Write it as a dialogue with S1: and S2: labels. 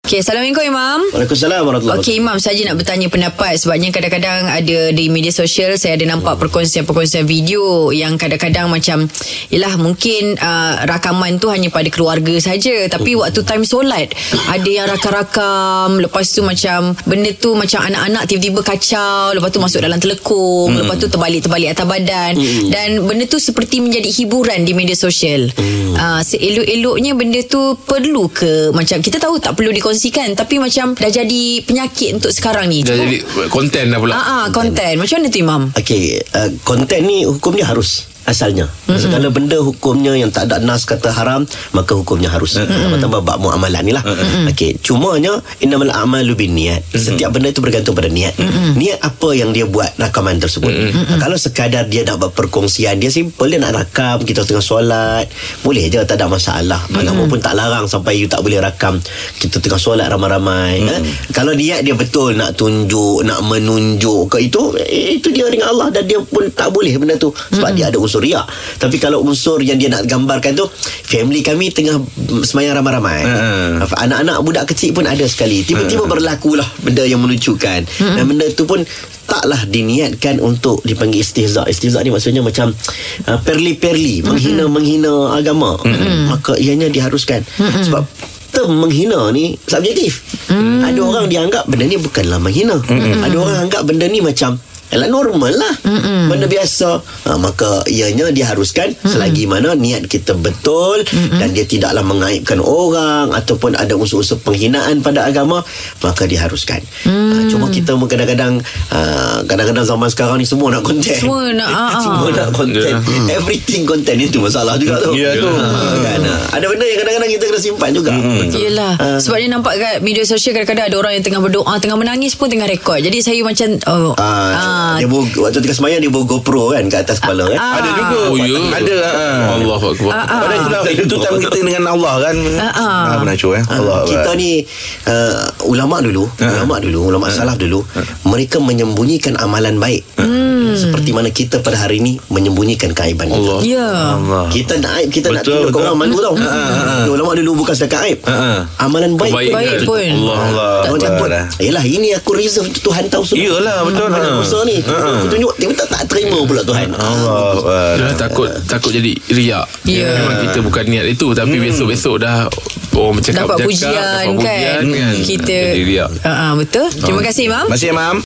S1: Okey, Assalamualaikum Imam.
S2: Waalaikumsalam warahmatullahi
S1: Okey Imam, saya je nak bertanya pendapat sebabnya kadang-kadang ada di media sosial saya ada nampak perkongsian-perkongsian video yang kadang-kadang macam yalah mungkin uh, rakaman tu hanya pada keluarga saja tapi waktu time solat ada yang rakam-rakam lepas tu macam benda tu macam anak-anak tiba-tiba kacau lepas tu masuk dalam telekung lepas tu terbalik-terbalik atas badan dan benda tu seperti menjadi hiburan di media sosial. Uh, seelok-eloknya benda tu perlu ke macam kita tahu tak perlu dikongsikan tapi macam dah jadi penyakit untuk sekarang ni.
S3: Dah
S1: Cuma-
S3: jadi konten dah pula.
S1: Ah ah konten. Macam mana tu Imam?
S2: Okey, uh, konten ni hukum dia harus asalnya. Mm-hmm. Segala benda hukumnya yang tak ada nas kata haram, maka hukumnya harus. Mm-hmm. Tambah bab muamalah ni lah. Mm-hmm. Okey, cumanya innamal a'malu binniyat. Mm-hmm. Setiap benda itu bergantung pada niat. Mm-hmm. Niat apa yang dia buat rakaman tersebut. Mm-hmm. Kalau sekadar dia nak buat perkongsian, dia simple dia nak rakam kita tengah solat, boleh je tak ada masalah. Agama mm-hmm. pun tak larang sampai you tak boleh rakam kita tengah solat ramai-ramai. Mm-hmm. Ha? Kalau niat dia betul nak tunjuk, nak menunjuk ke itu eh, itu dia dengan Allah dan dia pun tak boleh benda tu sebab mm-hmm. dia ada unsur riak. Tapi kalau unsur yang dia nak gambarkan tu family kami tengah mm, semayang ramai-ramai.
S3: Ha.
S2: Af- Anak-anak budak kecil pun ada sekali. Tiba-tiba berlakulah benda yang menunjukkan. Dan benda tu pun taklah diniatkan untuk dipanggil istihza. Istihza ni maksudnya macam uh, perli-perli, menghina-menghina agama. Maka ianya diharuskan. Sebab term menghina ni subjektif.
S1: Hmm.
S2: Ada orang dianggap benda ni bukanlah menghina. Ada orang anggap benda ni macam Yalah normal lah
S1: Hmm.
S2: Mm-mm. Benda biasa ha, Maka ianya diharuskan Mm-mm. Selagi mana niat kita betul
S1: Hmm.
S2: Mm-mm. Dan dia tidaklah mengaibkan orang Ataupun ada unsur-unsur penghinaan pada agama Maka diharuskan
S1: Hmm.
S2: mm. ha, Cuma kita kadang-kadang ha, Kadang-kadang zaman sekarang ni semua nak konten
S1: Semua nak, ah, ah.
S2: Semua nak konten yeah. Everything konten itu masalah juga tu
S3: Ya, tu.
S2: ha, kan,
S4: Hmm.
S2: ha. Ada benda yang kadang-kadang kita kena simpan juga mm.
S4: Ya.
S1: Yelah uh. Sebab dia nampak kat media sosial Kadang-kadang ada orang yang tengah berdoa Tengah menangis pun tengah rekod Jadi saya macam oh, ah,
S2: Ah, dia bawa, waktu tengah semayang dia bawa GoPro kan kat atas kepala kan.
S1: ah.
S4: Ada juga
S3: Oh, ya.
S4: Ada ah.
S3: Allah Akbar.
S1: Ah, ah.
S4: Padahal itulah Itu time kita dengan Allah kan
S1: Ah, ah.
S4: Ah, Ah. Menacur eh
S2: Allah
S4: Allah
S2: kita ni uh, ulama dulu, ulama dulu, ulama salaf dulu,
S4: Ah.
S2: mereka menyembunyikan amalan baik. Hmm. Seperti mana kita pada hari ini menyembunyikan keaiban kita.
S3: Allah.
S1: Ya
S4: Allah
S2: Kita nak aib Kita nak
S4: Betul,
S2: tunjuk ke
S4: betul.
S2: orang malu tau Dia Ulama dulu bukan setakat aib
S4: Ah,
S2: Amalan baik
S3: Baik.
S1: Baik pun
S3: Allah.
S4: Allah
S2: Orang
S4: Akbar.
S2: takut Yelah ini aku reserve Tuhan tahu semua
S4: Iyalah, betul.
S2: Ada
S4: Ha.
S2: dosa ni Aku tunjuk Dia tak, tak terima pula Tuhan
S4: Allah Akbar.
S3: Dah takut takut jadi riak.
S1: Ya.
S3: Memang kita bukan niat itu tapi
S4: Hmm.
S3: besok-besok dah orang bercakap
S1: Dapat
S3: bercakap,
S1: pujian
S3: dapat
S1: kan,
S3: pujian,
S1: Kita
S3: Jadi riak.
S1: Ah, ah, Betul Terima kasih Imam
S4: Masih Imam